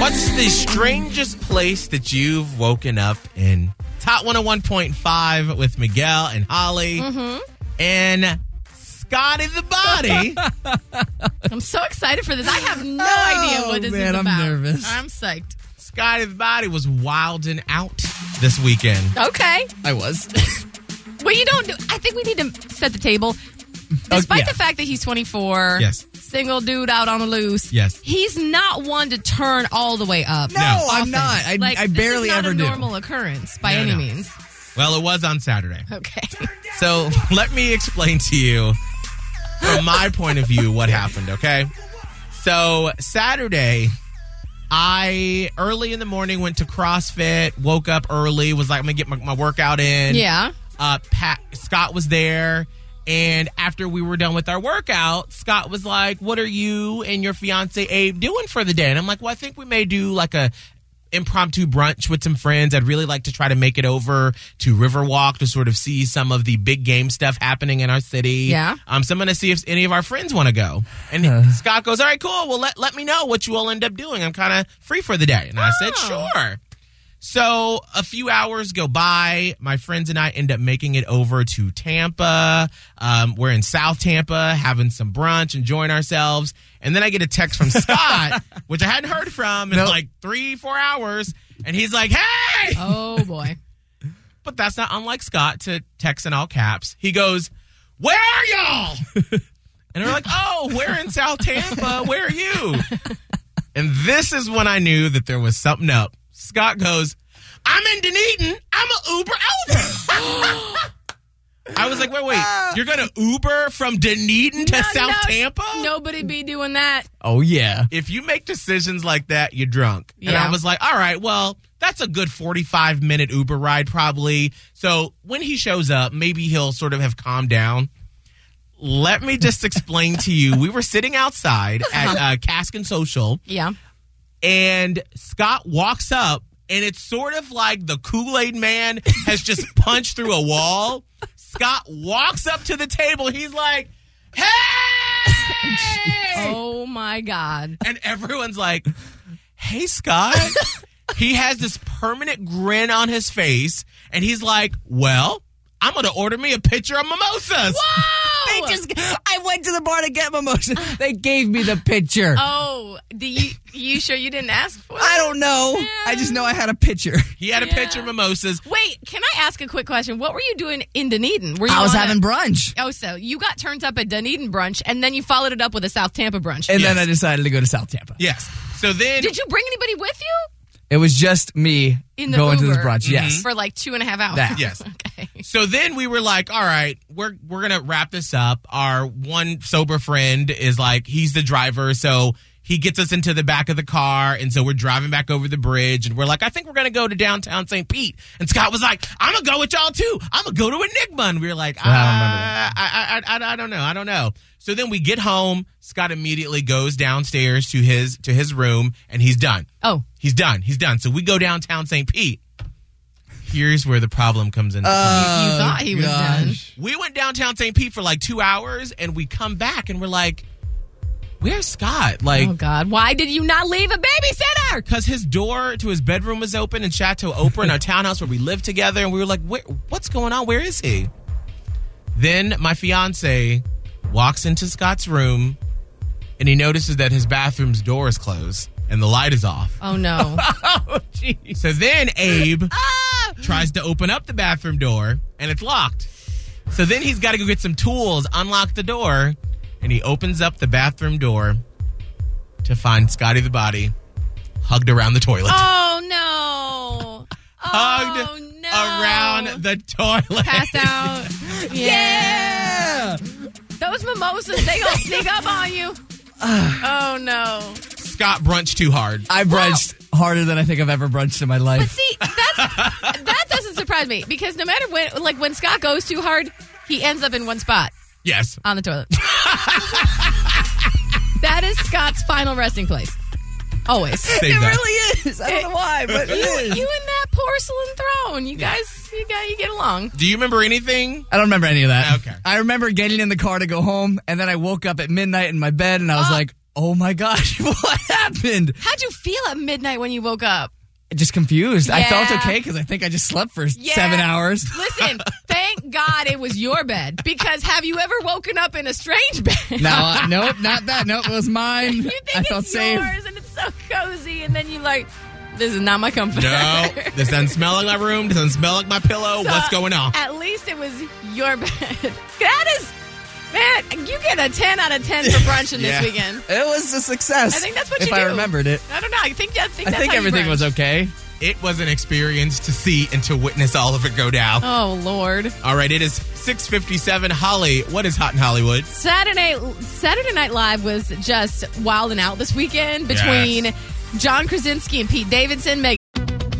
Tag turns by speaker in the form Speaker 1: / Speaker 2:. Speaker 1: What's the strangest place that you've woken up in? Top 101.5 with Miguel and Holly and Scotty the Body.
Speaker 2: I'm so excited for this. I have no idea what this
Speaker 3: Oh, man,
Speaker 2: is
Speaker 3: I'm
Speaker 2: about.
Speaker 3: nervous.
Speaker 2: I'm psyched.
Speaker 1: Scotty the Body was wilding out this weekend.
Speaker 2: Okay.
Speaker 3: I was.
Speaker 2: Well, you don't do. I think we need to set the table. Despite
Speaker 1: Oh, yeah.
Speaker 2: the fact that he's 24,
Speaker 1: Yes.
Speaker 2: single dude out on the loose,
Speaker 1: Yes.
Speaker 2: he's not one to turn all the way up.
Speaker 3: No, I'm not. I,
Speaker 2: Like,
Speaker 3: I
Speaker 2: this is
Speaker 3: barely
Speaker 2: not
Speaker 3: ever
Speaker 2: a
Speaker 3: do.
Speaker 2: normal occurrence by
Speaker 1: No,
Speaker 2: any
Speaker 1: no.
Speaker 2: means.
Speaker 1: Well, it was on Saturday.
Speaker 2: Okay.
Speaker 1: So let me explain to you from my point of view what happened, okay? So Saturday, I early in the morning went to CrossFit, woke up early, was like, I'm gonna get my, my workout in.
Speaker 2: yeah.
Speaker 1: Uh, Pat Scott was there. And after we were done with our workout, Scott was like, "What are you and your fiance Abe doing for the day?" And I'm like, "Well, I think we may do like a impromptu brunch with some friends. I'd really like to try to make it over to Riverwalk to sort of see some of the big game stuff happening in our city.
Speaker 2: Yeah. Uh.
Speaker 1: Um, so I'm going to see if any of our friends want to go." And Scott goes, "All right, cool. Well, let let me know what you all end up doing. I'm kind of free for the day." And I said,
Speaker 2: Oh.
Speaker 1: "Sure." So a few hours go by. My friends and I end up making it over to Tampa. Um, we're in South Tampa having some brunch, enjoying ourselves. And then I get a text from Scott, which I hadn't heard from in
Speaker 3: Nope.
Speaker 1: like three, four hours. And he's like, hey!
Speaker 2: Oh, boy.
Speaker 1: But that's not unlike Scott to text in all caps. He goes, Where are y'all? and we're like, Oh, we're in South Tampa. Where are you? and this is when I knew that there was something up. Scott goes, I'm in Dunedin. I'm a Uber over. I was like, wait, wait, you're gonna Uber from Dunedin to
Speaker 2: Uh, No,
Speaker 1: South
Speaker 2: no,
Speaker 1: Tampa?
Speaker 2: Nobody be doing that.
Speaker 3: Oh yeah.
Speaker 1: if you make decisions like that, you're drunk. And
Speaker 2: Yeah.
Speaker 1: I was like, all right, well, that's a good 45 minute Uber ride, probably. So when he shows up, maybe he'll sort of have calmed down. Let me just explain to you. We were sitting outside at uh, Cask and Social,
Speaker 2: Yeah.
Speaker 1: and Scott walks up, and it's sort of like the Kool Aid man has just punched through a wall. Scott walks up to the table. He's like, hey!
Speaker 2: Oh, my God.
Speaker 1: and everyone's like, "Hey, Scott." he has this permanent grin on his face, and he's like, "Well, I'm gonna order me a pitcher of mimosas."
Speaker 2: Oh!
Speaker 3: They just. I went to the bar to get mimosa. They gave me the picture.
Speaker 2: oh, do you, you sure you didn't ask for it?
Speaker 3: I don't know. I just know I had a picture.
Speaker 1: He had a
Speaker 2: Yeah.
Speaker 1: pitcher of mimosas.
Speaker 2: Wait, can I ask a quick question? What were you doing in Dunedin? Were you
Speaker 3: I was
Speaker 2: on a-
Speaker 3: having brunch,
Speaker 2: Oh, so you got turned up at Dunedin brunch, and then you followed it up with a South Tampa brunch.
Speaker 3: and then
Speaker 1: Yes.
Speaker 3: I decided to go to South Tampa.
Speaker 1: Yes. So then,
Speaker 2: Did you bring anybody with you
Speaker 3: It was just me
Speaker 2: in the
Speaker 3: going
Speaker 2: Uber
Speaker 3: to this brunch. Yes.
Speaker 2: for like two and a half hours?
Speaker 3: That.
Speaker 1: yes.
Speaker 2: Okay.
Speaker 1: So then we were like, all right, we're we're gonna wrap this up. Our one sober friend is like, he's the driver, so he gets us into the back of the car, and so we're driving back over the bridge, and we're like, I think we're gonna go to downtown St. Pete. And Scott was like, I'm gonna go with y'all too. I'm gonna go to Enigma. And we were like,
Speaker 3: I don't
Speaker 1: "Ah, I, I, I, I don't know, I don't know. So then we get home. Scott immediately goes downstairs to his to his room, and he's done.
Speaker 2: Oh,
Speaker 1: He's done. He's done. So we go downtown St. Pete. Here's where the problem comes into play.
Speaker 2: you thought he was
Speaker 3: gosh.
Speaker 1: We went downtown St. Pete for like two hours, and we come back and we're like, "Where's Scott?" Like,
Speaker 2: done. Oh God, why did you not leave a babysitter?
Speaker 1: because his door to his bedroom was open in Chateau Oprah, in our townhouse where we lived together, and we were like, Where, "What's going on? Where is he?" Then my fiance walks into Scott's room, and he notices that his bathroom's door is closed and the light is off.
Speaker 2: Oh no.
Speaker 1: So then Abe
Speaker 2: Ah!
Speaker 1: tries to open up the bathroom door and it's locked. So then he's got to go get some tools, unlock the door, and he opens up the bathroom door to find Scotty the body hugged around the toilet.
Speaker 2: oh no.
Speaker 1: hugged
Speaker 2: oh no.
Speaker 1: around the toilet.
Speaker 2: Passed out. Yeah.
Speaker 3: Yeah.
Speaker 2: Those those mimosas, they gonna sneak up on you. Oh no.
Speaker 1: Scott brunch too hard.
Speaker 3: I brunched harder than I think I've ever brunched in my
Speaker 2: But
Speaker 3: life.
Speaker 2: see, that's that doesn't surprise me because no matter when, like when Scott goes too hard, he ends up in one spot
Speaker 1: Yes.
Speaker 2: on the toilet. that is Scott's final resting place. Always.
Speaker 1: Save
Speaker 3: it
Speaker 1: that.
Speaker 3: really is. I don't know why, but it
Speaker 2: You, you
Speaker 3: is.
Speaker 2: and that porcelain throne. You guys, you guys, you get along.
Speaker 1: Do you remember anything?
Speaker 3: I don't remember any of that.
Speaker 1: Okay.
Speaker 3: I remember getting in the car to go home, and then I woke up at midnight in my bed, and I was like, "Oh my gosh, what happened?"
Speaker 2: How'd you feel at midnight when you woke up?
Speaker 3: Just confused. I felt
Speaker 2: Yeah.
Speaker 3: okay because I think I just slept for
Speaker 2: Yeah.
Speaker 3: seven hours.
Speaker 2: Listen, thank God it was your bed because have you ever woken up in a strange bed?
Speaker 3: No, uh, nope, not that. Nope, it was mine.
Speaker 2: You think
Speaker 3: I
Speaker 2: it's
Speaker 3: felt
Speaker 2: yours
Speaker 3: safe.
Speaker 2: and it's so cozy, and then you like, this is not my comfort.
Speaker 1: No. this doesn't smell like my room. Doesn't smell like my pillow.
Speaker 2: So,
Speaker 1: What's going on?
Speaker 2: At least it was your bed. That is, man, you get a 10 out of 10 for brunching
Speaker 1: Yeah.
Speaker 2: this weekend.
Speaker 3: It was a success.
Speaker 2: I think that's what
Speaker 3: if
Speaker 2: you
Speaker 3: I
Speaker 2: do.
Speaker 3: remembered it.
Speaker 2: I don't know. I think, I think
Speaker 3: I
Speaker 2: that's how
Speaker 3: think
Speaker 2: you
Speaker 3: everything
Speaker 2: brunch.
Speaker 3: was okay.
Speaker 1: It was an experience to see and to witness all of it go down.
Speaker 2: Oh, Lord.
Speaker 1: All right, it is 6:57. Holly, what is hot in Hollywood?
Speaker 2: Saturday Saturday Night Live was just wild and out this weekend between
Speaker 1: Yes.
Speaker 2: John Krasinski and Pete Davidson. Meg-